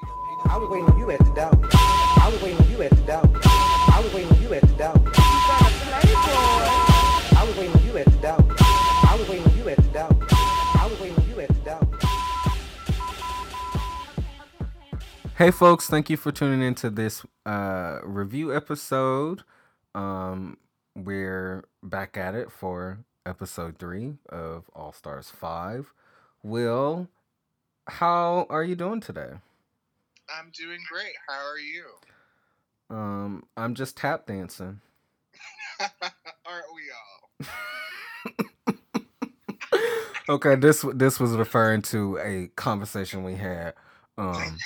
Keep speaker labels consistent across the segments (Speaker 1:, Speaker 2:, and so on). Speaker 1: I was waiting on you at the door. I was waiting on you at the door. I was waiting on you at the door. I was waiting on you at the door. I was waiting on you at the door. I was waiting on you at the door.
Speaker 2: Hey, folks, thank you for tuning into this uh, review episode. Um, we're back at it for episode three of All Stars 5. Will, how are you doing today?
Speaker 3: I'm doing great. How are you?
Speaker 2: Um, I'm just tap dancing.
Speaker 3: Aren't we all?
Speaker 2: okay, this this was referring to a conversation we had um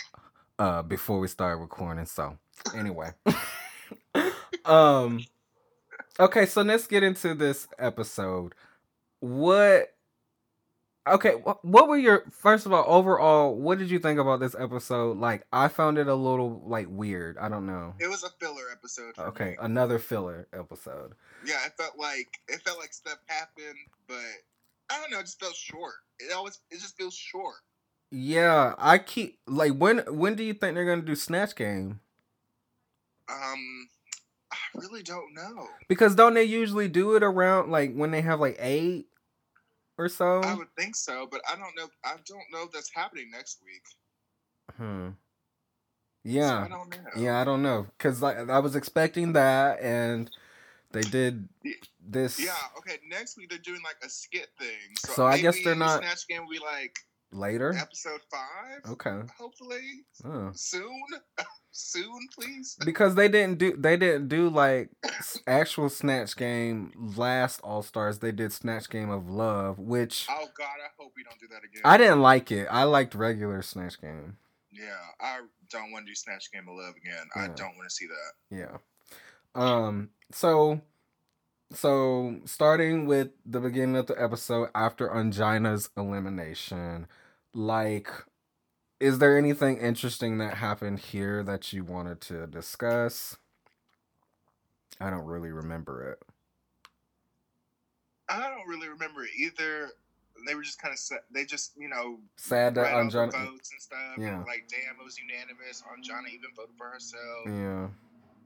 Speaker 2: uh before we started recording. So anyway. um okay, so let's get into this episode. What Okay, wh- what were your first of all overall? What did you think about this episode? Like, I found it a little like weird. I don't know.
Speaker 3: It was a filler episode. for
Speaker 2: Okay,
Speaker 3: me.
Speaker 2: another filler episode.
Speaker 3: Yeah, it felt like it felt like stuff happened, but I don't know. It just felt short. It always it just feels short.
Speaker 2: Yeah, I keep like when when do you think they're gonna do Snatch Game?
Speaker 3: Um, I really don't know.
Speaker 2: Because don't they usually do it around like when they have like eight or so?
Speaker 3: I would think so, but I don't know. I don't know if that's happening next week.
Speaker 2: hmm.
Speaker 3: So
Speaker 2: Yeah,
Speaker 3: I don't know.
Speaker 2: yeah, I don't know, cause like I was expecting that, and they did
Speaker 3: Ye-
Speaker 2: this
Speaker 3: Yeah. Okay. Next week they're doing like a skit thing. So,
Speaker 2: So I guess
Speaker 3: maybe
Speaker 2: they're not- Oh.
Speaker 3: Snatch Game will be like
Speaker 2: later.
Speaker 3: episode five.
Speaker 2: Okay,
Speaker 3: Hopefully
Speaker 2: oh.
Speaker 3: soon. soon, please.
Speaker 2: because they didn't do they didn't do like s- actual Snatch Game last All Stars. They did Snatch Game of Love, which
Speaker 3: Oh God, I hope we don't do that again.
Speaker 2: I didn't like it. I liked regular Snatch Game.
Speaker 3: Yeah, I don't want to do Snatch Game of Love again. I
Speaker 2: Yeah.
Speaker 3: don't want to see that.
Speaker 2: Yeah. Um. So, so starting with the beginning of the episode after Angina's elimination, like, is there anything interesting that happened here that you wanted to discuss? I don't really remember it.
Speaker 3: I don't really remember it either. They were just kind of set. They just you know
Speaker 2: Sad that
Speaker 3: read out the
Speaker 2: Angina.
Speaker 3: votes and stuff. and
Speaker 2: Yeah.
Speaker 3: like damn, it was unanimous. On Jonna even voted for herself,
Speaker 2: Yeah.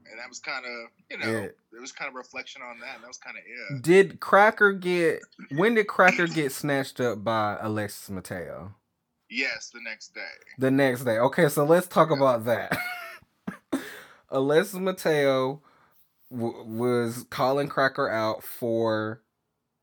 Speaker 3: and that was kind of you know
Speaker 2: Mm. Yeah.
Speaker 3: it was kind of reflection on that. And that was kind of it.
Speaker 2: Did Cracker get? When did Cracker get snatched up by Alexis Mateo?
Speaker 3: Yes, the next day.
Speaker 2: the next day. Okay, so let's talk about that. Alexis Mateo w- was calling Cracker out for,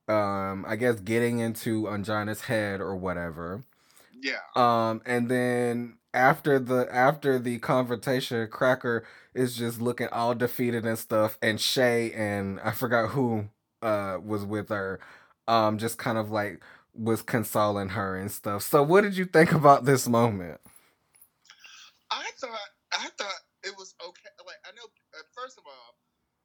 Speaker 2: um, I guess, getting into Angina's head or whatever.
Speaker 3: Yeah,
Speaker 2: Um, and then after the after the confrontation, Cracker is just looking all defeated and stuff, and Shay and I forgot who uh was with her, um, just kind of like was consoling her and stuff. So, what did you think about this moment?
Speaker 3: I thought I thought it was okay. Like I know uh, first of all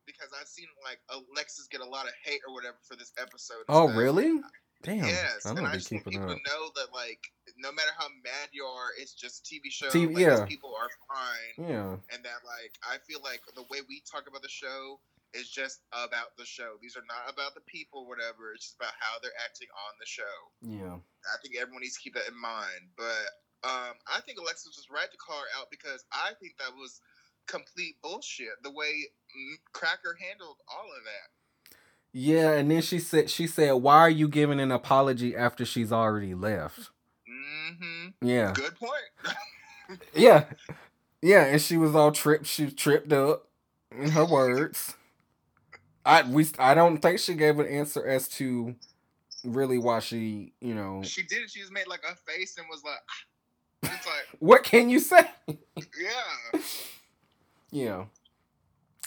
Speaker 3: because I've seen like Alexis get a lot of hate or whatever for this episode. and
Speaker 2: Oh,
Speaker 3: stuff.
Speaker 2: really? Damn.
Speaker 3: yes,
Speaker 2: I'm
Speaker 3: and
Speaker 2: gonna
Speaker 3: I
Speaker 2: be
Speaker 3: just want
Speaker 2: keeping
Speaker 3: people
Speaker 2: up.
Speaker 3: to know that, like, no matter how mad you are, it's just TV show.
Speaker 2: T-
Speaker 3: like,
Speaker 2: yeah.
Speaker 3: these people are fine,
Speaker 2: Yeah.
Speaker 3: and that, like, I feel like the way we talk about the show is just about the show. These are not about the people, whatever. It's just about how they're acting on the show.
Speaker 2: Yeah.
Speaker 3: I think everyone needs to keep that in mind. But um, I think Alexis was right to call her out because I think that was complete bullshit. The way mm, Cracker handled all of that.
Speaker 2: Yeah, and then she said she said, Why are you giving an apology after she's already left?
Speaker 3: hmm
Speaker 2: Yeah.
Speaker 3: Good point.
Speaker 2: Yeah. Yeah, and she was all tripped she tripped up in her words. I we I don't think she gave an answer as to really why she, you know
Speaker 3: She did it. She just made like a face and was like, "Ah." it's like,
Speaker 2: what can you say?
Speaker 3: yeah,
Speaker 2: Yeah.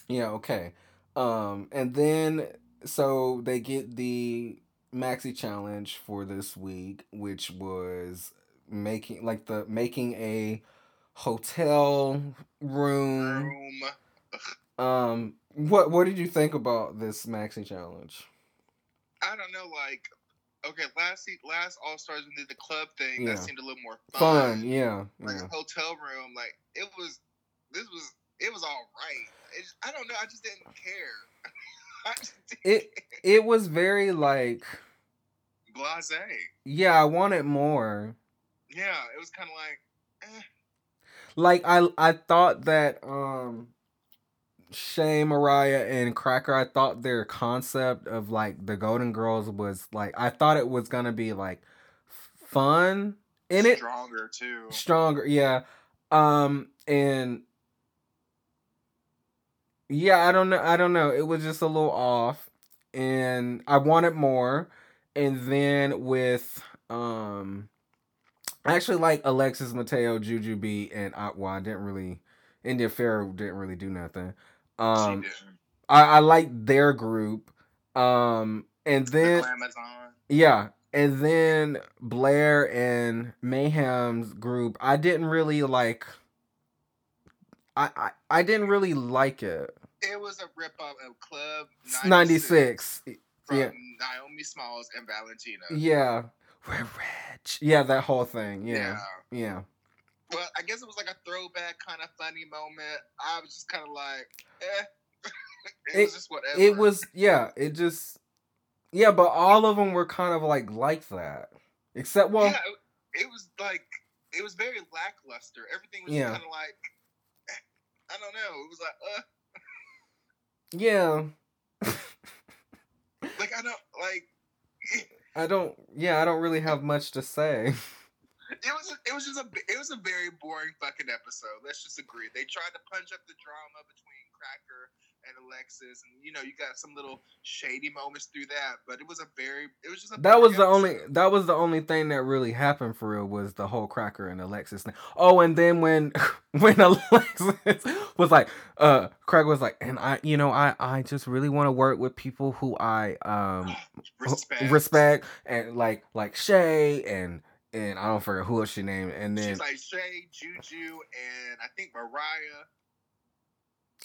Speaker 2: Yeah, okay. Um and then so they get the maxi challenge for this week which was making like the making a hotel room
Speaker 3: room.
Speaker 2: um what what did you think about this maxi challenge?
Speaker 3: I don't know, like, okay, last se- last All Stars when they did the club thing,
Speaker 2: Yeah.
Speaker 3: that seemed a little more fun.
Speaker 2: Fun, yeah.
Speaker 3: Like
Speaker 2: Yeah.
Speaker 3: hotel room, like it was. This was it was all right. It's I don't know. I just didn't care. I just didn't
Speaker 2: It it was very like
Speaker 3: blase.
Speaker 2: yeah, I wanted more.
Speaker 3: Yeah, it was kind of like
Speaker 2: Like I I thought that um Shay Mariah and Cracker, I thought their concept of like the Golden Girls was like I thought it was gonna be like fun in it.
Speaker 3: Stronger too.
Speaker 2: Stronger, yeah. Um and yeah, I don't know I don't know. It was just a little off and I wanted more. And then with um I actually like Alexis Mateo, Juju B, and Atwa. I didn't really India Pharaoh didn't really do nothing. Um
Speaker 3: she didn't.
Speaker 2: I, I like their group. Um and
Speaker 3: The
Speaker 2: then
Speaker 3: Glamazon.
Speaker 2: yeah. And then Blair and Mayhem's group, I didn't really like I, I, I didn't really like it.
Speaker 3: It was a rip off of Club
Speaker 2: It's
Speaker 3: 96
Speaker 2: 96.
Speaker 3: from
Speaker 2: yeah.
Speaker 3: Naomi Smalls and Valentina.
Speaker 2: Yeah. We're rich. Yeah, that whole thing. Yeah. Yeah.
Speaker 3: Well, I guess it was like a throwback kind of funny moment. I was just kind of like, eh. it,
Speaker 2: It-
Speaker 3: was just whatever.
Speaker 2: It was yeah, it just Yeah, but all of them were kind of like like that. Except well,
Speaker 3: yeah, it, it was like it was very lackluster. Everything was
Speaker 2: Yeah.
Speaker 3: kind of like eh, I don't know. It was like uh,
Speaker 2: yeah.
Speaker 3: like I don't like
Speaker 2: I don't. Yeah, I don't really have much to say.
Speaker 3: it was it was just a it was a very boring fucking episode. Let's just agree. They tried to punch up the drama between Cracker and Alexis, and you know you got some little shady moments through that. But it was a very it was just a
Speaker 2: That was
Speaker 3: boring
Speaker 2: the only.
Speaker 3: episode.
Speaker 2: That was the only thing that really happened for real was the whole Cracker and Alexis thing. Oh, and then when when Alexis was like, uh, Cracker was like, and I, you know, I I just really want to work with people who I um
Speaker 3: respect.
Speaker 2: respect and like like Shay and and I don't forget who else she named and then
Speaker 3: She's like Shay, Juju, and I think Mariah.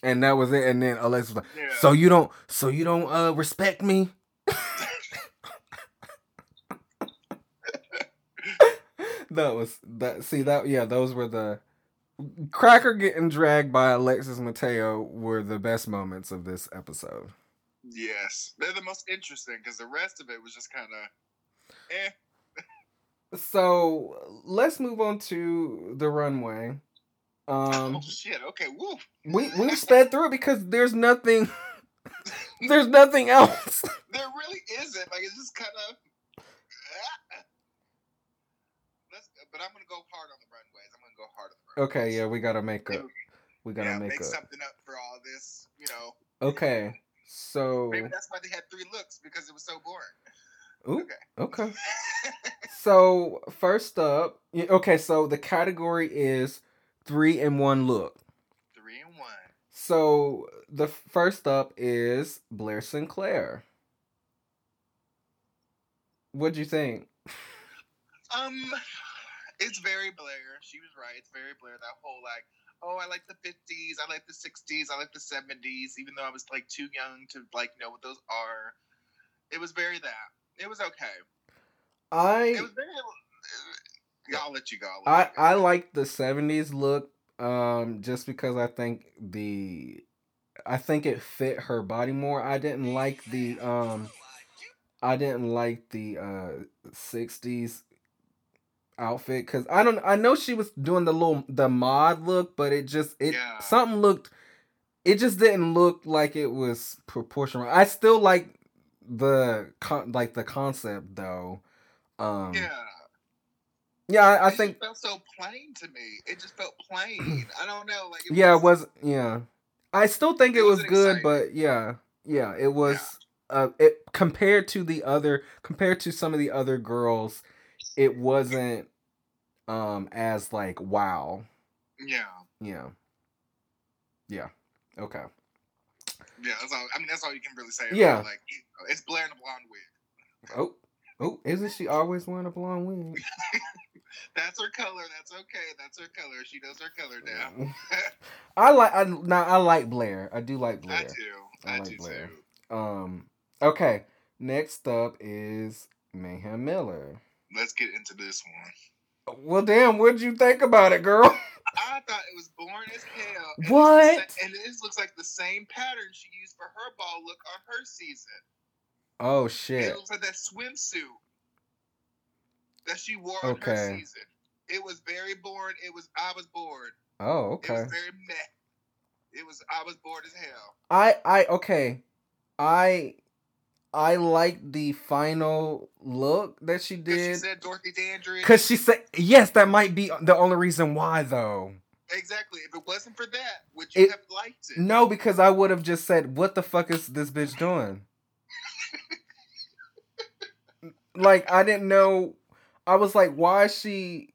Speaker 2: and that was it and then Alexis was like,
Speaker 3: Yeah.
Speaker 2: so you don't so you don't uh respect me. that was that see that yeah those were the cracker getting dragged by alexis mateo were the best moments of this episode
Speaker 3: yes, they're the most interesting because the rest of it was just kind of eh.
Speaker 2: so let's move on to the runway um
Speaker 3: oh shit! Okay, woo.
Speaker 2: we we sped through it because there's nothing there's nothing else
Speaker 3: There really isn't. Like it's just kind of. Let's, but I'm gonna go hard on the runways. I'm gonna go hard on the runways.
Speaker 2: okay yeah we gotta make up we gotta
Speaker 3: yeah,
Speaker 2: make
Speaker 3: make
Speaker 2: up
Speaker 3: something up for all this. You know,
Speaker 2: okay so
Speaker 3: maybe that's why they had three looks because it was so boring.
Speaker 2: Ooh, okay so first up y- okay so the category is three in one look
Speaker 3: Three and one.
Speaker 2: so the first up is blair sinclair what'd you think
Speaker 3: Um, it's very Blair. She was right. It's very Blair. That whole like, oh, I like the fifties. I like the sixties. I like the seventies. Even though I was like too young to like know what those are, it was very that. It was okay.
Speaker 2: i
Speaker 3: It was very. uh, I'll let you go. I'll
Speaker 2: I
Speaker 3: let you go.
Speaker 2: I like the seventies look, um, just because I think the I think it fit her body more. I didn't like the um I didn't like the uh sixties outfit because I don't I know she was doing the little the mod look, but it just it
Speaker 3: Yeah.
Speaker 2: something looked it just didn't look like it was proportional. I still like the con- like the concept though. Um
Speaker 3: Yeah,
Speaker 2: yeah, I, I
Speaker 3: It just
Speaker 2: think
Speaker 3: felt so plain to me. It just felt plain. I don't know, like
Speaker 2: yeah, it was yeah. I still think it,
Speaker 3: It
Speaker 2: was
Speaker 3: wasn't
Speaker 2: good,
Speaker 3: exciting.
Speaker 2: but yeah, yeah, it was. Uh, it compared to the other, compared to some of the other girls, it wasn't um as like wow.
Speaker 3: yeah,
Speaker 2: Yeah, yeah, okay,
Speaker 3: yeah. That's all. I mean, that's all you can really say. about
Speaker 2: Yeah.
Speaker 3: it. like it's Blair in a blonde wig.
Speaker 2: oh. Oh, isn't she always wearing a blonde wig?
Speaker 3: That's her color. That's okay. That's her color. She knows her color now.
Speaker 2: I like I now I like Blair. I do like Blair.
Speaker 3: I do.
Speaker 2: I
Speaker 3: I,
Speaker 2: like
Speaker 3: do
Speaker 2: Blair.
Speaker 3: too.
Speaker 2: Um okay, next up is Mayhem Miller.
Speaker 3: Let's get into this one.
Speaker 2: Well, damn, what'd you think about it, girl?
Speaker 3: I thought it was boring as hell. and it's the
Speaker 2: What?
Speaker 3: sa- And this looks like the same pattern she used for her ball look on her season.
Speaker 2: Oh, shit.
Speaker 3: It looks like that swimsuit that she wore on
Speaker 2: Okay.
Speaker 3: her season. It was very boring. It was I was bored.
Speaker 2: Oh,
Speaker 3: It
Speaker 2: okay.
Speaker 3: was very meh. It was I was bored as hell.
Speaker 2: I I okay. I I like the final look that she
Speaker 3: 'Cause She
Speaker 2: did
Speaker 3: said Dorothy Dandridge.
Speaker 2: cuz she said yes, that might be the only reason why though.
Speaker 3: Exactly. If it wasn't for that, would you
Speaker 2: It-
Speaker 3: have liked it?
Speaker 2: No, because I would have just said, "What the fuck is this bitch doing?" like I didn't know. I was like, "Why is she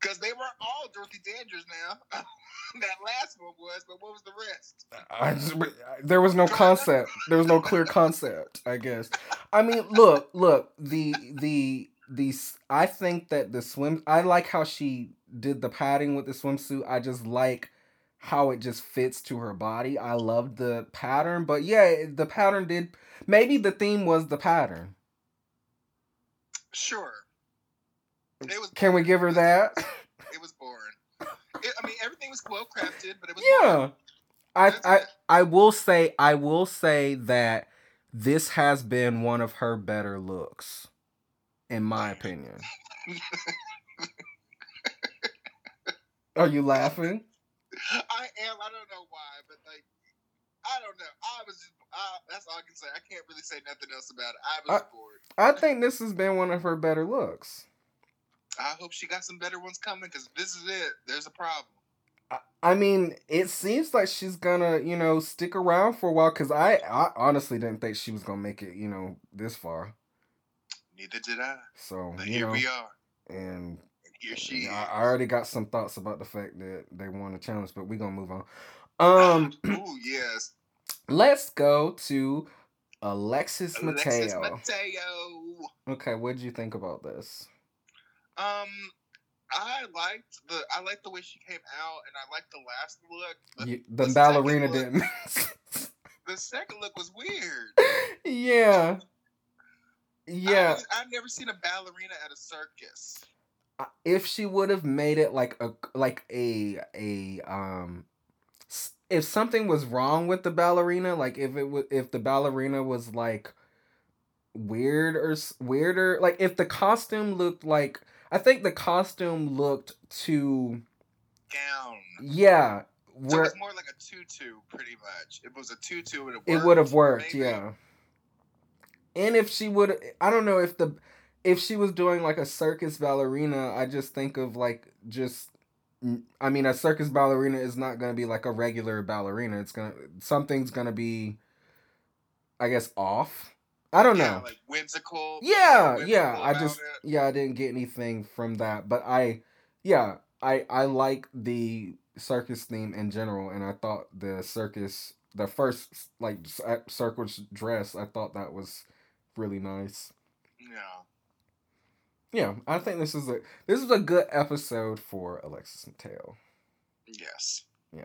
Speaker 3: Because they were all Dorothy Dandridge now. that last one was, but what was the rest?
Speaker 2: I just, uh, there was no concept. There was no clear concept. I guess. I mean, look, look. The the the. s- I think that the swim. I like how she did the padding with the swimsuit. I just like how it just fits to her body. I loved the pattern, but yeah, the pattern did. Maybe the theme was the pattern.
Speaker 3: Sure. It was
Speaker 2: Can we give her that?
Speaker 3: it was boring. It, I mean, everything was well crafted, but it was boring.
Speaker 2: yeah. I
Speaker 3: That's
Speaker 2: I
Speaker 3: it.
Speaker 2: I will say I will say that this has been one of her better looks, in my opinion. Are you laughing?
Speaker 3: I am. I don't know why, but like, I don't know. I was just. I, that's all I can say. I can't really say nothing else about it. I was
Speaker 2: I-
Speaker 3: bored.
Speaker 2: I think this has been one of her better looks.
Speaker 3: I hope she got some better ones coming because this is it. There's a problem.
Speaker 2: I- I mean, it seems like she's gonna, you know, stick around for a while. Cause I, I honestly didn't think she was gonna make it, you know, this far.
Speaker 3: Neither did I.
Speaker 2: So
Speaker 3: But
Speaker 2: you
Speaker 3: here
Speaker 2: know,
Speaker 3: we are.
Speaker 2: and
Speaker 3: And here she
Speaker 2: I,
Speaker 3: is.
Speaker 2: I already got some thoughts about the fact that they won the challenge, but we're gonna move on. Um,
Speaker 3: Ooh, Oh, yes.
Speaker 2: let's go to Alexis
Speaker 3: Alexis
Speaker 2: Mateo.
Speaker 3: Mateo.
Speaker 2: okay, what did you think about this?
Speaker 3: Um, I liked the I liked the way she came out, and I liked the last look. but
Speaker 2: You, the
Speaker 3: the second
Speaker 2: ballerina
Speaker 3: one-
Speaker 2: didn't.
Speaker 3: The second look was weird.
Speaker 2: yeah, yeah.
Speaker 3: I, have never seen a ballerina at a circus. Ah.
Speaker 2: If she would have made it like a like a a um. s- If something was wrong with the ballerina, like if it was, if the ballerina was like weird or s- weirder, like if the costume looked like, I think the costume looked too,
Speaker 3: Gown.
Speaker 2: yeah,
Speaker 3: So it
Speaker 2: where
Speaker 3: was more like a tutu, pretty much. It was a tutu, and it,
Speaker 2: it would have worked
Speaker 3: maybe.
Speaker 2: yeah and if she would i don't know if the if she was doing like a circus ballerina i just think of like just i mean a circus ballerina is not going to be like a regular ballerina it's going to something's going to be i guess off i don't
Speaker 3: Yeah,
Speaker 2: know
Speaker 3: like whimsical.
Speaker 2: yeah
Speaker 3: whimsical
Speaker 2: yeah i
Speaker 3: about
Speaker 2: just
Speaker 3: it.
Speaker 2: yeah i didn't get anything from that but i yeah i i like the circus theme in general and i thought the circus the first like s- uh, circus dress i thought that was really nice
Speaker 3: No.
Speaker 2: yeah i think this is a this is a good episode for alexis mateo
Speaker 3: Yes.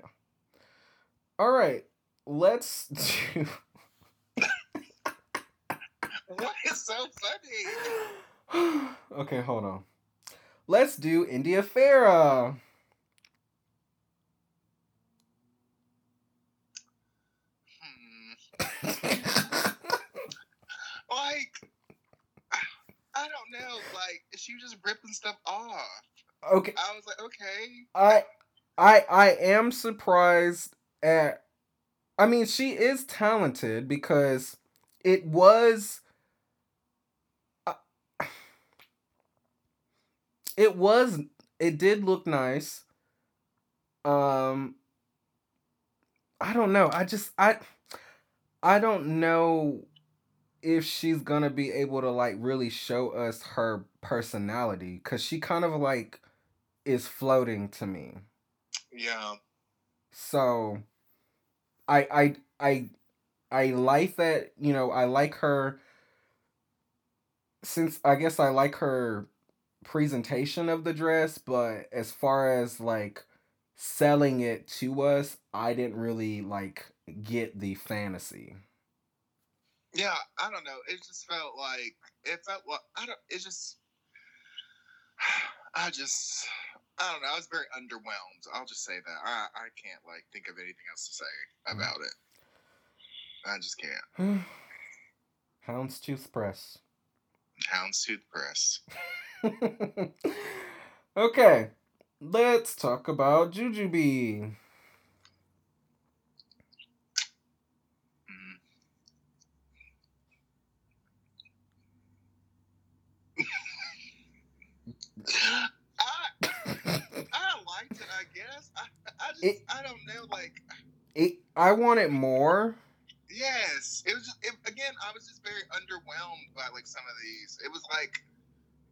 Speaker 2: all right let's do
Speaker 3: What is so funny?
Speaker 2: okay hold on let's do india farah
Speaker 3: Hmm. Like, I don't know. Like, she was just ripping stuff off.
Speaker 2: okay
Speaker 3: I was like, okay,
Speaker 2: I I I am surprised at I mean she is talented because it was uh, it was it did look nice um I don't know I just I I don't know if she's going to be able to like really show us her personality cuz she kind of like is floating to me.
Speaker 3: yeah.
Speaker 2: So I I I I like that, you know, I like her since I guess I like her presentation of the dress, but as far as like selling it to us, I didn't really like get the fantasy.
Speaker 3: Yeah, I don't know. It just felt like it felt like I don't. It just, I just, I don't know. I was very underwhelmed. I'll just say that. I I can't like think of anything else to say about it. I just can't.
Speaker 2: Houndstooth Press.
Speaker 3: Houndstooth Press.
Speaker 2: okay. Let's talk about Jujubee.
Speaker 3: Mm-hmm. I, I liked it, I guess. I, I just,
Speaker 2: It-
Speaker 3: I don't know. Like,
Speaker 2: It, I wanted more.
Speaker 3: yes, it was just it, again. I was just very underwhelmed by like some of these. It was like,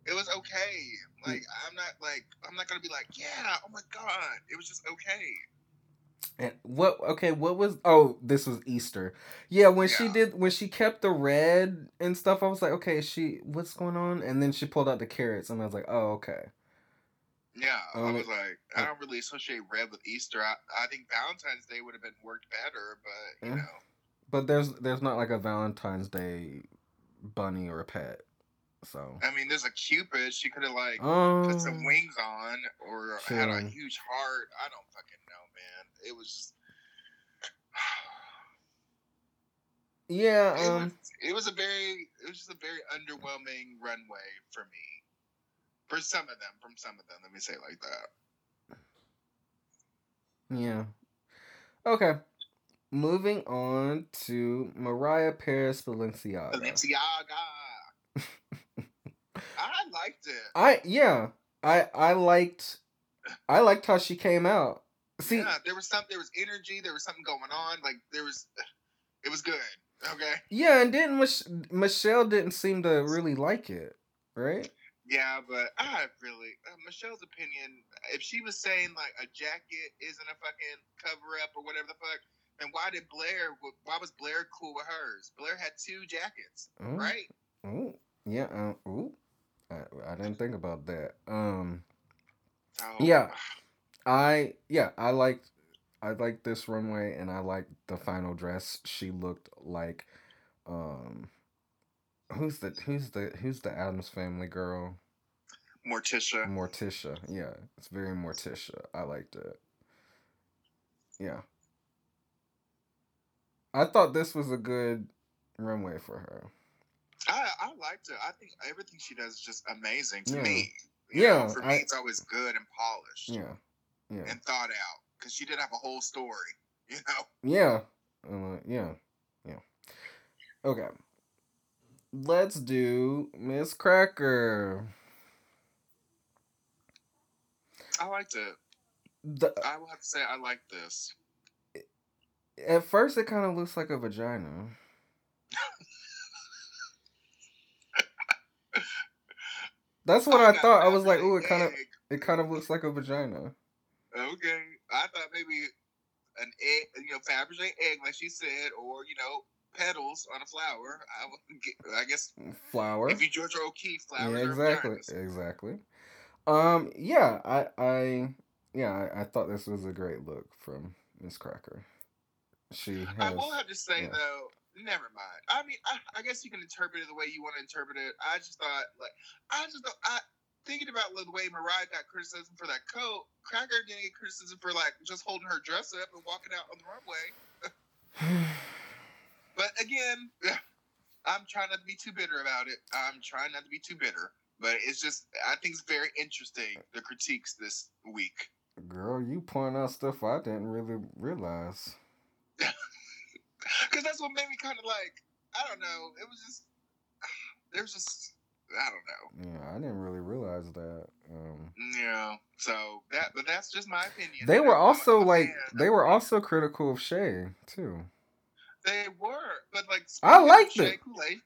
Speaker 3: it was okay. Like, I'm not like, I'm not gonna be like, yeah, oh my god. It was just okay.
Speaker 2: And what? Okay, what was? Oh, this was Easter. Yeah, when she
Speaker 3: Yeah.
Speaker 2: did, when she kept the red and stuff, I was like, okay, she, what's going on? And then she pulled out the carrots, and I was like, oh, okay.
Speaker 3: Yeah, I
Speaker 2: Um,
Speaker 3: was like, I don't really associate red with Easter. I, I think Valentine's Day would have been worked better, but you
Speaker 2: Mm.
Speaker 3: know,
Speaker 2: But there's there's not like a Valentine's Day bunny or a pet, so.
Speaker 3: I mean, there's a Cupid. She could have like put some
Speaker 2: Um,
Speaker 3: wings on or had a
Speaker 2: sure.
Speaker 3: huge heart. I don't fucking know, man. It was.
Speaker 2: yeah,
Speaker 3: It,
Speaker 2: um,
Speaker 3: was, it was a very, it was just a very underwhelming runway for me. For some of them, from some of them, let me say it like that.
Speaker 2: yeah. Okay, moving on to Mariah Paris Balenciaga.
Speaker 3: Balenciaga. I liked it.
Speaker 2: I yeah, I I liked, I liked how she came out. See,
Speaker 3: yeah, there was some, there was energy, there was something going on. Like there was, it was good. Okay.
Speaker 2: Yeah, and didn't Mich- Michelle didn't seem to really like it, right?
Speaker 3: Yeah, but I really uh, Michelle's opinion. If she was saying like a jacket isn't a fucking cover up or whatever the fuck, then why did Blair? Why was Blair cool with hers? Blair had two jackets,
Speaker 2: Oh,
Speaker 3: right?
Speaker 2: oh, yeah. Uh, ooh, I, I didn't think about that. Um,
Speaker 3: So,
Speaker 2: Yeah. I yeah, I liked I liked this runway, and I liked the final dress. She looked like, um, who's the who's the who's the Adams Family girl?
Speaker 3: Morticia.
Speaker 2: Morticia. Yeah, it's very Morticia. I liked it. Yeah. I thought this was a good runway for her.
Speaker 3: I I liked it. I think everything she does is just amazing to
Speaker 2: Yeah.
Speaker 3: me. You know,
Speaker 2: Yeah,
Speaker 3: for me
Speaker 2: I-
Speaker 3: it's always good and polished
Speaker 2: Yeah. Yeah.
Speaker 3: and thought out because she did have a whole story. You know.
Speaker 2: Yeah. Uh, yeah. Yeah. Okay. Let's do Miss Cracker.
Speaker 3: I liked it.
Speaker 2: The,
Speaker 3: I will have to say I like this.
Speaker 2: at first, it kind of looks like a vagina. That's what I
Speaker 3: got
Speaker 2: thought. I
Speaker 3: that
Speaker 2: was like,
Speaker 3: really
Speaker 2: "Ooh, it kind of
Speaker 3: big.
Speaker 2: it kind of looks like a vagina."
Speaker 3: Okay, I thought maybe an egg, you know, Fabergé egg, like she said, or you know, petals on a flower. I would get, I guess
Speaker 2: Flower.
Speaker 3: if you Georgia O'Keeffe flowers,
Speaker 2: yeah,
Speaker 3: are
Speaker 2: exactly,
Speaker 3: vaginas.
Speaker 2: exactly. Um, yeah, I, I, yeah, I, I thought this was a great look from Miss Cracker. She has.
Speaker 3: I will have to say
Speaker 2: yeah.
Speaker 3: though, never mind. I mean, I, I guess you can interpret it the way you want to interpret it. I just thought, like, I just thought, I thinking about the way Mariah got criticism for that coat. Cracker didn't get criticism for like just holding her dress up and walking out on the runway. But again, I'm trying not to be too bitter about it. I'm trying not to be too bitter. But it's just, I think it's very interesting the critiques this week.
Speaker 2: Girl, you point out stuff I didn't really realize.
Speaker 3: Because that's what made me kind of like, I don't know. It was just, there's just, I don't know.
Speaker 2: Yeah, I didn't really realize that. Um,
Speaker 3: Yeah. So that, but that's just my opinion.
Speaker 2: they were
Speaker 3: I'm
Speaker 2: also
Speaker 3: a
Speaker 2: like
Speaker 3: fan.
Speaker 2: they were also critical of Shay too.
Speaker 3: they were, but like,
Speaker 2: I liked
Speaker 3: speaking
Speaker 2: it.
Speaker 3: of Shea Coulee,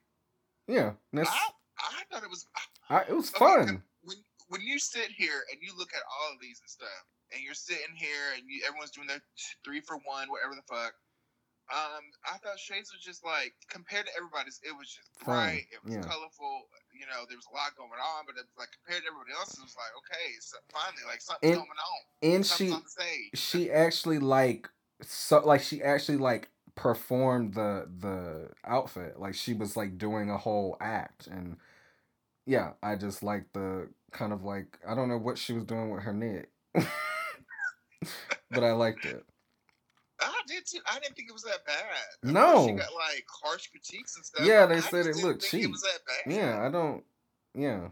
Speaker 2: Yeah, that's
Speaker 3: I, I thought it was,
Speaker 2: I, it was
Speaker 3: Okay,
Speaker 2: fun.
Speaker 3: when when you sit here and you look at all of these and stuff, and you're sitting here and you, everyone's doing their t- three for one, whatever the fuck. Um, I thought Shades was just like compared to everybody's, it was just
Speaker 2: Fun,
Speaker 3: bright, it was
Speaker 2: yeah.
Speaker 3: colorful. You know, there was a lot going on, but it was like compared to everybody else, it was like okay, so finally, like something's
Speaker 2: And
Speaker 3: going on,
Speaker 2: And
Speaker 3: something's
Speaker 2: she
Speaker 3: on the stage.
Speaker 2: she actually like so like she actually like performed the the outfit like she was like doing a whole act and yeah i just like the kind of like i don't know what she was doing with her neck but i liked it
Speaker 3: I did too. I didn't think it was that bad. I mean,
Speaker 2: No.
Speaker 3: she got like harsh critiques and stuff.
Speaker 2: Yeah,
Speaker 3: but
Speaker 2: they
Speaker 3: I
Speaker 2: said
Speaker 3: just
Speaker 2: it
Speaker 3: didn't
Speaker 2: looked
Speaker 3: think It
Speaker 2: cheap.
Speaker 3: was that bad.
Speaker 2: yeah i don't yeah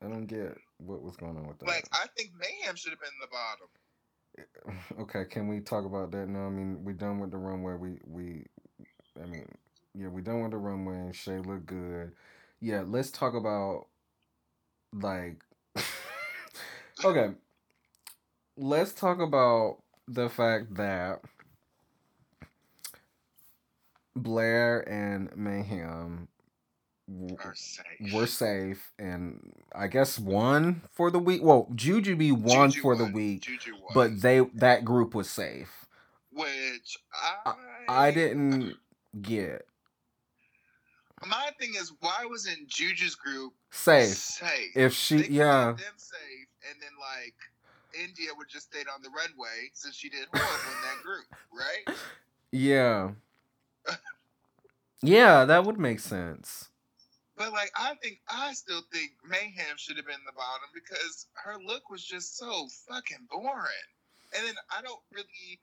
Speaker 2: I don't get what was going on with that.
Speaker 3: Like, I think Mayhem should have been the bottom.
Speaker 2: okay, can we talk about that now? I mean, we done with the runway. We we, I mean, yeah, we done with the runway. Shay looked good. Yeah, let's talk about like. okay, let's talk about the fact that Blair and Mayhem w-
Speaker 3: Or say.
Speaker 2: we're safe and I guess one for the week. Well, Juju be one
Speaker 3: Juju
Speaker 2: for the
Speaker 3: won.
Speaker 2: week,
Speaker 3: Juju won.
Speaker 2: but they that group was safe.
Speaker 3: which I
Speaker 2: I didn't get
Speaker 3: My thing is, why wasn't Juju's group
Speaker 2: safe.
Speaker 3: safe?
Speaker 2: If
Speaker 3: They
Speaker 2: she
Speaker 3: could've
Speaker 2: yeah,
Speaker 3: made them safe, and then like India would just stayed on the runway since she did horrible in that group, right?
Speaker 2: yeah. Yeah, that would make sense.
Speaker 3: But like, I think I still think Mayhem should have been the bottom because her look was just so fucking boring. And then I don't really,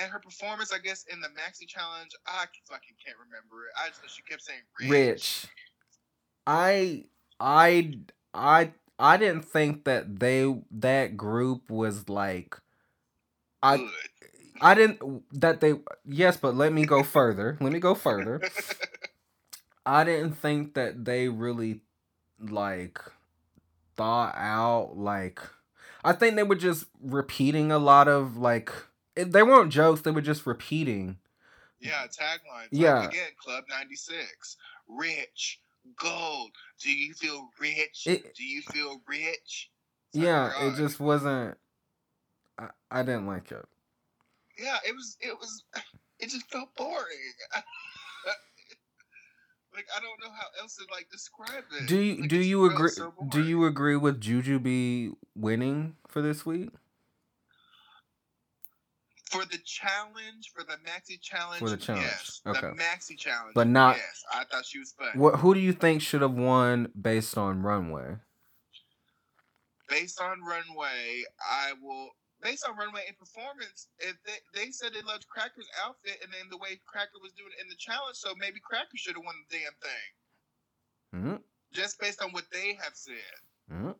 Speaker 3: and her performance, I guess, in the Maxi Challenge, I fucking can't remember it. I just know she kept saying rich.
Speaker 2: Rich. I I I I didn't think that they that group was like I
Speaker 3: Good.
Speaker 2: I didn't that they yes, but let me go further. Let me go further. I didn't think that they really like thought out like I think they were just repeating a lot of like it- they weren't jokes, they were just repeating.
Speaker 3: Yeah, tagline.
Speaker 2: Yeah.
Speaker 3: Yeah. Again, Club 96. Rich. Gold. Do you feel rich?
Speaker 2: It-
Speaker 3: Do you feel rich? It's like,
Speaker 2: Yeah,
Speaker 3: God.
Speaker 2: it just wasn't I, I didn't like it.
Speaker 3: Yeah, it was it was it just felt boring. like I don't know how else to like describe it.
Speaker 2: Do you
Speaker 3: Like,
Speaker 2: do
Speaker 3: it just
Speaker 2: you
Speaker 3: felt
Speaker 2: agree
Speaker 3: so
Speaker 2: do
Speaker 3: boring.
Speaker 2: you agree with Juju be winning for this week?
Speaker 3: for the challenge for the maxi challenge?
Speaker 2: For the challenge,
Speaker 3: yes. The
Speaker 2: okay.
Speaker 3: maxi challenge,
Speaker 2: But not-
Speaker 3: Yes, I thought she was fun.
Speaker 2: What who do you think should have won based on runway?
Speaker 3: based on runway, I will based on runway and performance. If they, they said they loved Cracker's outfit and then the way Cracker was doing it in the challenge, so maybe Cracker should have won the damn thing
Speaker 2: mm
Speaker 3: just based on what they have said.
Speaker 2: mm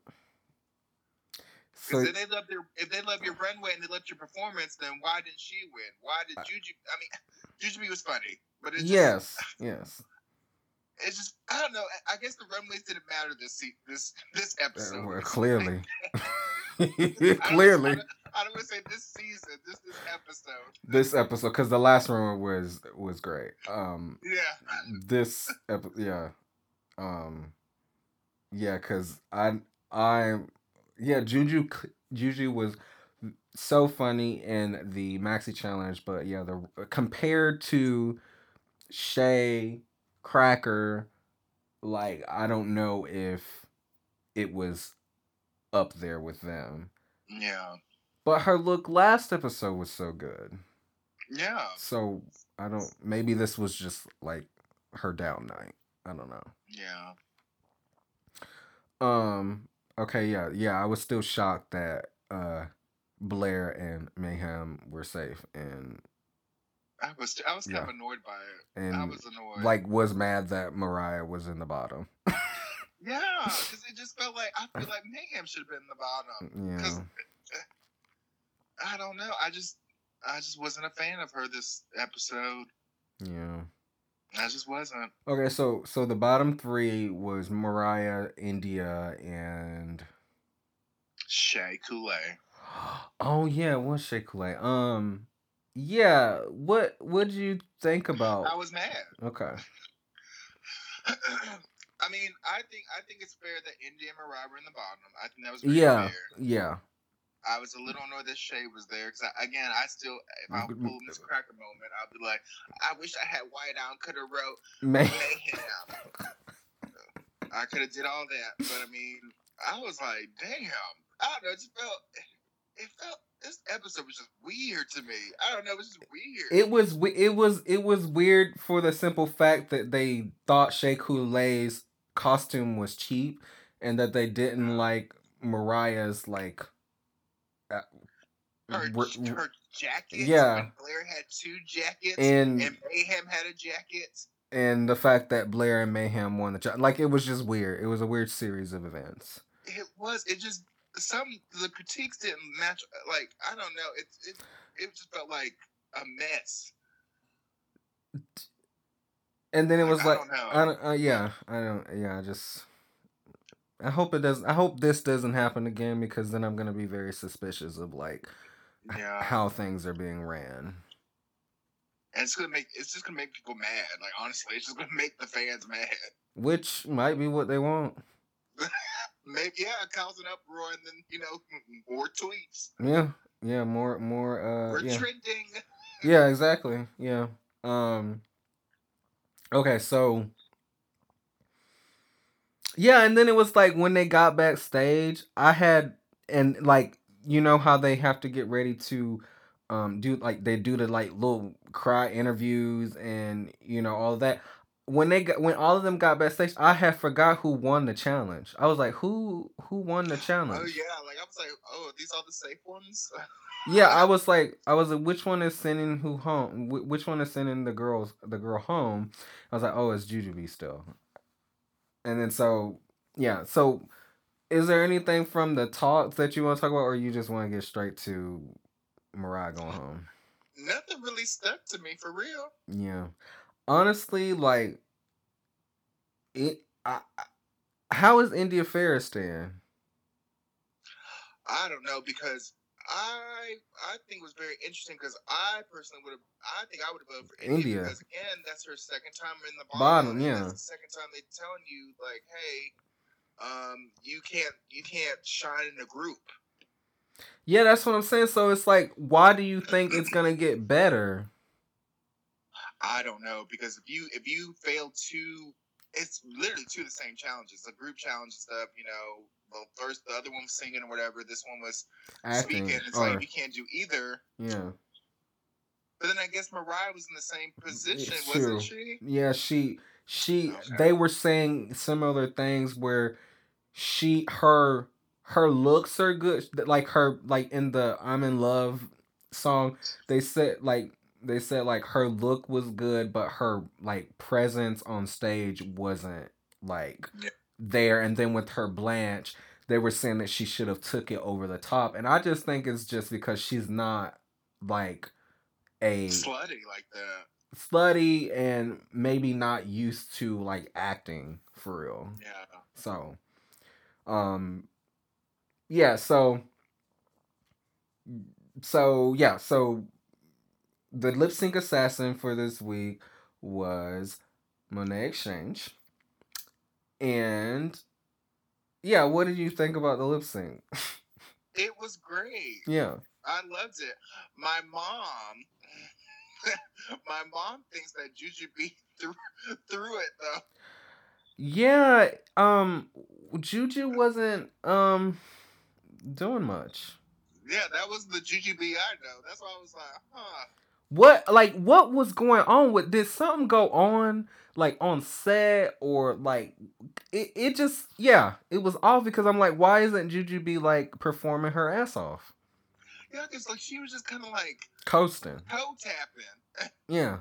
Speaker 3: Because if they love their if they love your runway and they loved your performance, then why didn't she win? Why did
Speaker 2: I-
Speaker 3: Juju? I mean, Juju was funny, but it's just,
Speaker 2: yes, yes.
Speaker 3: it's just I don't know. I I guess the runways didn't matter this se- this this
Speaker 2: Uh,
Speaker 3: episode.
Speaker 2: well, clearly,
Speaker 3: I don't- I
Speaker 2: clearly,
Speaker 3: don't, I don't want to say this season, this this episode.
Speaker 2: this episode because the last one was was great. Um,
Speaker 3: Yeah.
Speaker 2: this episode, yeah, um, yeah, because I I yeah, Juju c- Juju was so funny in the maxi challenge, but yeah, the uh, compared to Shay Cracker, like I don't know if it was up there with them.
Speaker 3: Yeah.
Speaker 2: But her look last episode was so good.
Speaker 3: Yeah.
Speaker 2: So I don't. Maybe this was just like her down night. I don't know.
Speaker 3: Yeah.
Speaker 2: Um. Okay. Yeah. Yeah. I was still shocked that uh Blair and Mayhem were safe and
Speaker 3: I was I was kind of
Speaker 2: Yeah.
Speaker 3: annoyed by it. I
Speaker 2: and
Speaker 3: was annoyed.
Speaker 2: like was mad that Mariah was in the bottom.
Speaker 3: yeah, 'cause it just felt like I feel like Mayhem should have been in the bottom.
Speaker 2: Yeah.
Speaker 3: 'Cause- I don't know. I just I just wasn't a fan of her this episode.
Speaker 2: Yeah.
Speaker 3: I just wasn't.
Speaker 2: Okay. So so the bottom three was Mariah, India, and
Speaker 3: Shay Coulee.
Speaker 2: Oh yeah, what Shea Coulee. Um, yeah. What what did you think about?
Speaker 3: I was mad.
Speaker 2: Okay.
Speaker 3: I mean, I think I think it's fair that India and Mariah were in the bottom. I think that was really
Speaker 2: Yeah.
Speaker 3: fair.
Speaker 2: Yeah.
Speaker 3: I was a little annoyed that Shay was there because again, I still if I pull this cracker moment, I'll be like, I wish I had white out and could have wrote
Speaker 2: Man.
Speaker 3: mayhem. I could have did all that, but I mean, I was like, damn. I don't know. It just felt. It felt. This episode was just weird to me. I don't know. It was just weird.
Speaker 2: It was we- it was it was weird for the simple fact that they thought Shea Coulee's costume was cheap, and that they didn't like Mariah's like. Uh,
Speaker 3: her,
Speaker 2: re-
Speaker 3: her jacket.
Speaker 2: Yeah.
Speaker 3: When Blair had two jackets, and,
Speaker 2: and
Speaker 3: Mayhem had a jacket.
Speaker 2: and the fact that Blair and Mayhem won the job. Like it was just weird. It was a weird series of events.
Speaker 3: It was. It just some the critiques didn't match. Like I don't know. It it it just felt like a mess.
Speaker 2: And then it was
Speaker 3: I
Speaker 2: like,
Speaker 3: don't know.
Speaker 2: I don't, uh, yeah, I don't, yeah, I just, I hope it doesn't. I hope this doesn't happen again because then I'm gonna be very suspicious of like h-
Speaker 3: Yeah,
Speaker 2: how things are being ran.
Speaker 3: and it's gonna make it's just gonna make people mad. Like honestly, it's just gonna make the fans mad.
Speaker 2: Which might be what they want.
Speaker 3: Maybe yeah, cause an uproar, and then you know more tweets.
Speaker 2: Yeah, yeah, more, more, uh,
Speaker 3: We're
Speaker 2: yeah.
Speaker 3: trending.
Speaker 2: yeah exactly yeah um okay so yeah and then it was like when they got backstage i had and like you know how they have to get ready to um do like they do the like little cry interviews and you know all that when they got when all of them got backstage i had forgot who won the challenge i was like who who won the challenge
Speaker 3: Oh yeah, like I was like, oh, are these all the safe ones.
Speaker 2: yeah, I was like, I was like, which one is sending who home? Wh- Which one is sending the girls, the girl home? I was like, oh, it's Jujubee still. And then so, yeah. So, is there anything from the talks that you want to talk about, or you just want to get straight to Mariah going home?
Speaker 3: Nothing really stuck to me for real.
Speaker 2: Yeah, honestly, like it. I, I- how is India Ferris staying?
Speaker 3: I don't know because I I think it was very interesting because I personally would have I think I would have voted for
Speaker 2: India.
Speaker 3: India, because again that's her second time in the
Speaker 2: Bottom,
Speaker 3: bottom. and
Speaker 2: yeah.
Speaker 3: that's the second time they telling you like, hey, um, you can't you can't shine in a group.
Speaker 2: Yeah, that's what I'm saying. So it's like, why do you think it's gonna get better?
Speaker 3: I don't know because if you if you fail two, it's literally two of the same challenges. The group challenge stuff, you know. Well, first the other one was singing or whatever. This one was
Speaker 2: Acting,
Speaker 3: speaking. It's
Speaker 2: or
Speaker 3: like you can't do either.
Speaker 2: yeah.
Speaker 3: But then I guess Mariah was in the same position,
Speaker 2: Mm, It's true.
Speaker 3: wasn't she?
Speaker 2: Yeah, she she
Speaker 3: Oh, Okay.
Speaker 2: they were saying similar things where she her her looks are good th- like her like in the I'm in love song they said like they said like her look was good but her like presence on stage wasn't like
Speaker 3: Yeah.
Speaker 2: there and then with her Blanche they were saying that she should have took it over the top and I just think it's just because she's not like a
Speaker 3: slutty like that.
Speaker 2: slutty and maybe not used to like acting for real.
Speaker 3: Yeah.
Speaker 2: So, um, yeah. So, so yeah. So, the lip sync assassin for this week was Monet Exchange, and yeah, what did you think about the lip sync?
Speaker 3: It was great.
Speaker 2: yeah,
Speaker 3: I loved it. My mom, my mom thinks that Juju B threw, threw it though.
Speaker 2: yeah. Um, Juju wasn't um doing much.
Speaker 3: Yeah, that was the Juju B I know. That's why I was like, huh.
Speaker 2: what like what was going on with did something go on like on set or like it, it just yeah it was off because i'm like why isn't juju be like performing her ass off
Speaker 3: Yeah, because like she was just kind of like
Speaker 2: coasting
Speaker 3: toe tapping.
Speaker 2: yeah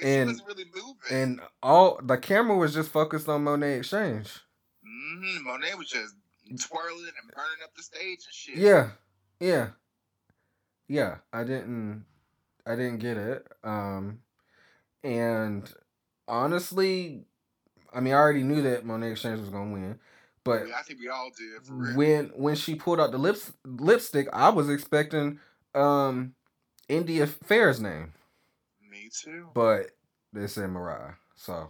Speaker 3: she
Speaker 2: And-
Speaker 3: wasn't really moving.
Speaker 2: and all the camera was just focused on monet exchange
Speaker 3: hmm Monet was just twirling and burning up the stage and shit.
Speaker 2: yeah yeah yeah i didn't i didn't get it um and honestly i mean i already knew that monet exchange was gonna win but
Speaker 3: I think we all did for real.
Speaker 2: when when she pulled out the lips lipstick, I was expecting um India Fair's name,
Speaker 3: Me too.
Speaker 2: but they said Mariah. So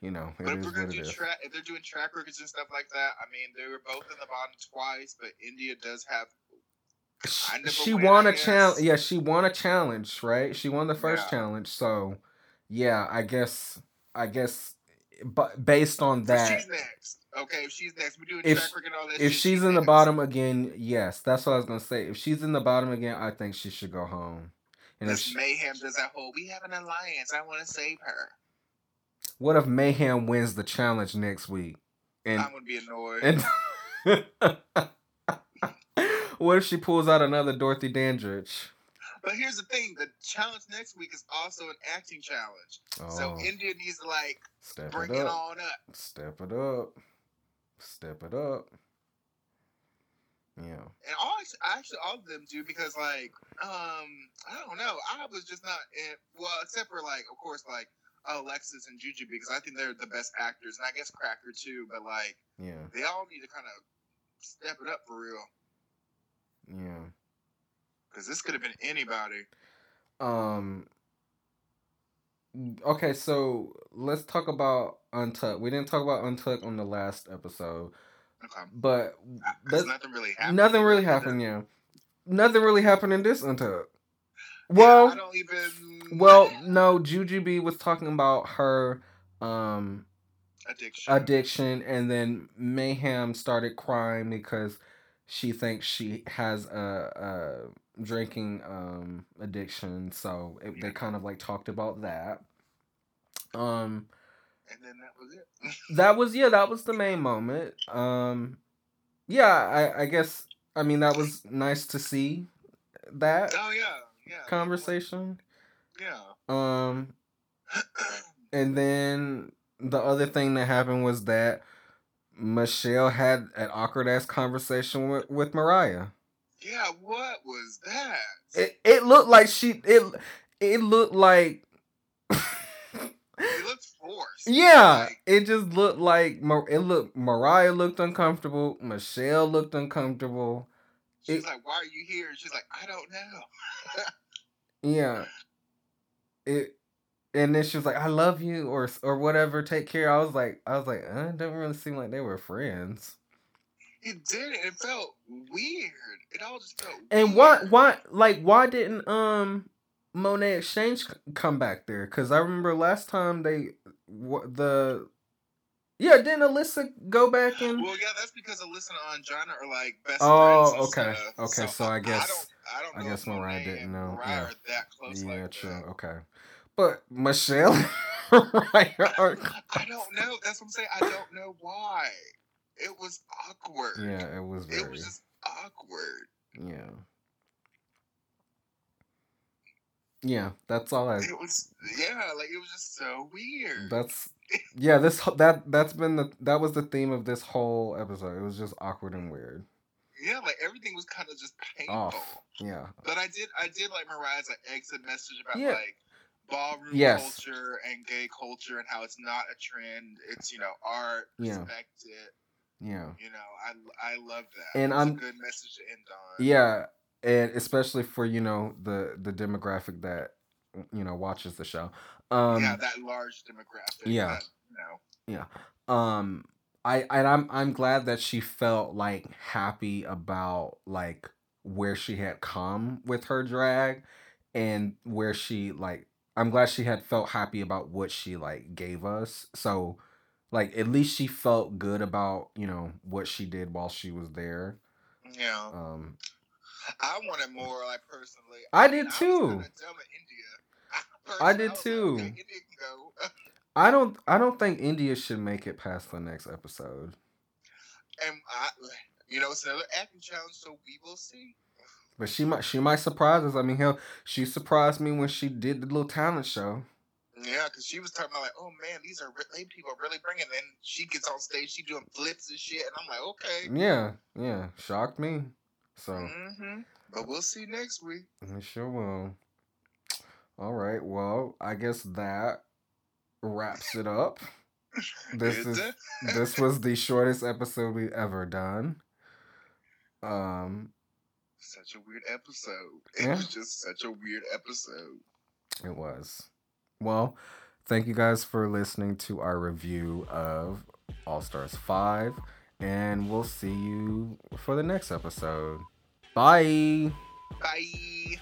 Speaker 2: you know it
Speaker 3: But if
Speaker 2: is
Speaker 3: we're gonna
Speaker 2: what it
Speaker 3: do
Speaker 2: is.
Speaker 3: track, if they're doing track records and stuff like that, I mean, they were both in the bottom twice, but India does have.
Speaker 2: Sh-
Speaker 3: kind of a
Speaker 2: she
Speaker 3: win,
Speaker 2: won
Speaker 3: I
Speaker 2: a challenge.
Speaker 3: guess.
Speaker 2: Yeah, she won a challenge, right? She won the first
Speaker 3: Yeah.
Speaker 2: challenge. So yeah, I guess I guess, but based on
Speaker 3: But
Speaker 2: that,
Speaker 3: she's next. Okay, if she's next, we're doing
Speaker 2: If-
Speaker 3: track record and all that.
Speaker 2: if
Speaker 3: shit,
Speaker 2: she's in the
Speaker 3: next.
Speaker 2: bottom again, yes, that's what I was gonna say. If she's in the bottom again, I think she should go home. And if
Speaker 3: this
Speaker 2: she,
Speaker 3: mayhem does that whole. We have an alliance. I want to save her.
Speaker 2: What if Mayhem wins the challenge next week? And
Speaker 3: I'm gonna be annoyed.
Speaker 2: and what if she pulls out another Dorothy Dandridge?
Speaker 3: But here's the thing: the challenge next week is also an acting challenge.
Speaker 2: Oh,
Speaker 3: So India needs to like
Speaker 2: step
Speaker 3: bring
Speaker 2: it
Speaker 3: it
Speaker 2: up.
Speaker 3: on up.
Speaker 2: Step it up. Step it up. Yeah.
Speaker 3: and all actually all of them do because like um I don't know I was just not in, well except for like of course like Alexis and Juju because I think they're the best actors and I guess Cracker too but like
Speaker 2: Yeah.
Speaker 3: they all need to kind of step it up for real
Speaker 2: Yeah.
Speaker 3: because this could have been anybody
Speaker 2: Um okay, so let's talk about Untucked. We didn't talk about Untucked on the last episode,
Speaker 3: okay
Speaker 2: but
Speaker 3: because
Speaker 2: let's-
Speaker 3: nothing really happened
Speaker 2: nothing really happened, yeah. Nothing really happened in this Untucked. Well,
Speaker 3: I don't even
Speaker 2: well, no, Juju B was talking about her um
Speaker 3: addiction
Speaker 2: addiction and then Mayhem started crying because she thinks she has a, a drinking um addiction, so it, they kind of like talked about that. Um
Speaker 3: and then that was it
Speaker 2: that was yeah that was the main moment um yeah i i guess i mean that was nice to see that
Speaker 3: oh yeah yeah
Speaker 2: conversation
Speaker 3: yeah
Speaker 2: um and then the other thing that happened was that michelle had an awkward ass conversation with, with mariah
Speaker 3: yeah what was that
Speaker 2: it, it looked like she it it looked like
Speaker 3: it looked forced
Speaker 2: Yeah,
Speaker 3: Like,
Speaker 2: it just looked like Mar- it looked. Mariah looked uncomfortable. Michelle looked uncomfortable.
Speaker 3: She's
Speaker 2: It-
Speaker 3: like, "Why are you here?" And she's like, "I don't know."
Speaker 2: Yeah, it. And then she was like, "I love you," or or whatever. Take care. I was like, I was like, uh, it didn't really seem like they were friends.
Speaker 3: It did. It felt weird. It all just felt.
Speaker 2: And why
Speaker 3: weird.
Speaker 2: why like why didn't um Monet Exchange c- come back there? Because I remember last time they wha- the yeah didn't Alyssa go back and
Speaker 3: Well, yeah, that's because Alyssa and Anjana are like best
Speaker 2: Oh,
Speaker 3: friends. and
Speaker 2: okay.
Speaker 3: stuff.
Speaker 2: Okay, so I guess-
Speaker 3: I don't. I, don't
Speaker 2: I
Speaker 3: know
Speaker 2: guess
Speaker 3: if Monet
Speaker 2: Mariah
Speaker 3: and
Speaker 2: didn't know,
Speaker 3: Mariah
Speaker 2: yeah.
Speaker 3: are that close.
Speaker 2: Yeah,
Speaker 3: like
Speaker 2: true.
Speaker 3: that.
Speaker 2: Okay, but Michelle, right? are-
Speaker 3: I don't know. That's what I'm saying. I don't know why. It was awkward.
Speaker 2: yeah, it was very.
Speaker 3: It was just awkward.
Speaker 2: yeah. Yeah, that's all I.
Speaker 3: It was yeah, like it was just so weird.
Speaker 2: That's yeah. This ho- that that's been the that was the theme of this whole episode. It was just awkward and weird.
Speaker 3: yeah, like everything was kind of just painful.
Speaker 2: Off. Yeah.
Speaker 3: But I did, I did like Mariah's like exit message about
Speaker 2: Yeah.
Speaker 3: like ballroom
Speaker 2: Yes.
Speaker 3: culture and gay culture and how it's not a trend. It's you know art,
Speaker 2: Yeah.
Speaker 3: respect it.
Speaker 2: Yeah.
Speaker 3: You know, I I love that.
Speaker 2: And
Speaker 3: It was
Speaker 2: I'm-
Speaker 3: a good message to end on.
Speaker 2: Yeah, and especially for you know the the demographic that you know watches the show. Um,
Speaker 3: yeah, that large demographic.
Speaker 2: yeah.
Speaker 3: that, you know,
Speaker 2: um i and i'm i'm glad that she felt like happy about like where she had come with her drag and where she like i'm glad she had felt happy about what she like gave us so like at least she felt good about you know what she did while she was there
Speaker 3: yeah.
Speaker 2: um
Speaker 3: I wanted more. Like personally,
Speaker 2: I did
Speaker 3: was
Speaker 2: too.
Speaker 3: kinda dumb at India.
Speaker 2: I did
Speaker 3: was like,
Speaker 2: too.
Speaker 3: okay, India can go.
Speaker 2: i don't i don't think india should make it past the next episode
Speaker 3: and I, you know, it's another acting challenge. So we will see.
Speaker 2: but she might she might surprise us i mean hell she surprised me when she did the little talent show
Speaker 3: Yeah, because she was talking about like, oh man, these are re- they people are really bringing. Then she gets on stage, she doing flips and shit, and I'm like, okay.
Speaker 2: Yeah, yeah, shocked me. So
Speaker 3: hmm But we'll see next week.
Speaker 2: we sure will. All right. Well, I guess that wraps it up. This
Speaker 3: Is
Speaker 2: is
Speaker 3: it?
Speaker 2: this was the shortest episode we've ever done. Um,
Speaker 3: such a weird episode. It
Speaker 2: Yeah.
Speaker 3: was just such a weird episode.
Speaker 2: it was. Well, thank you guys for listening to our review of All Stars Five, and we'll see you for the next episode. Bye.
Speaker 3: Bye.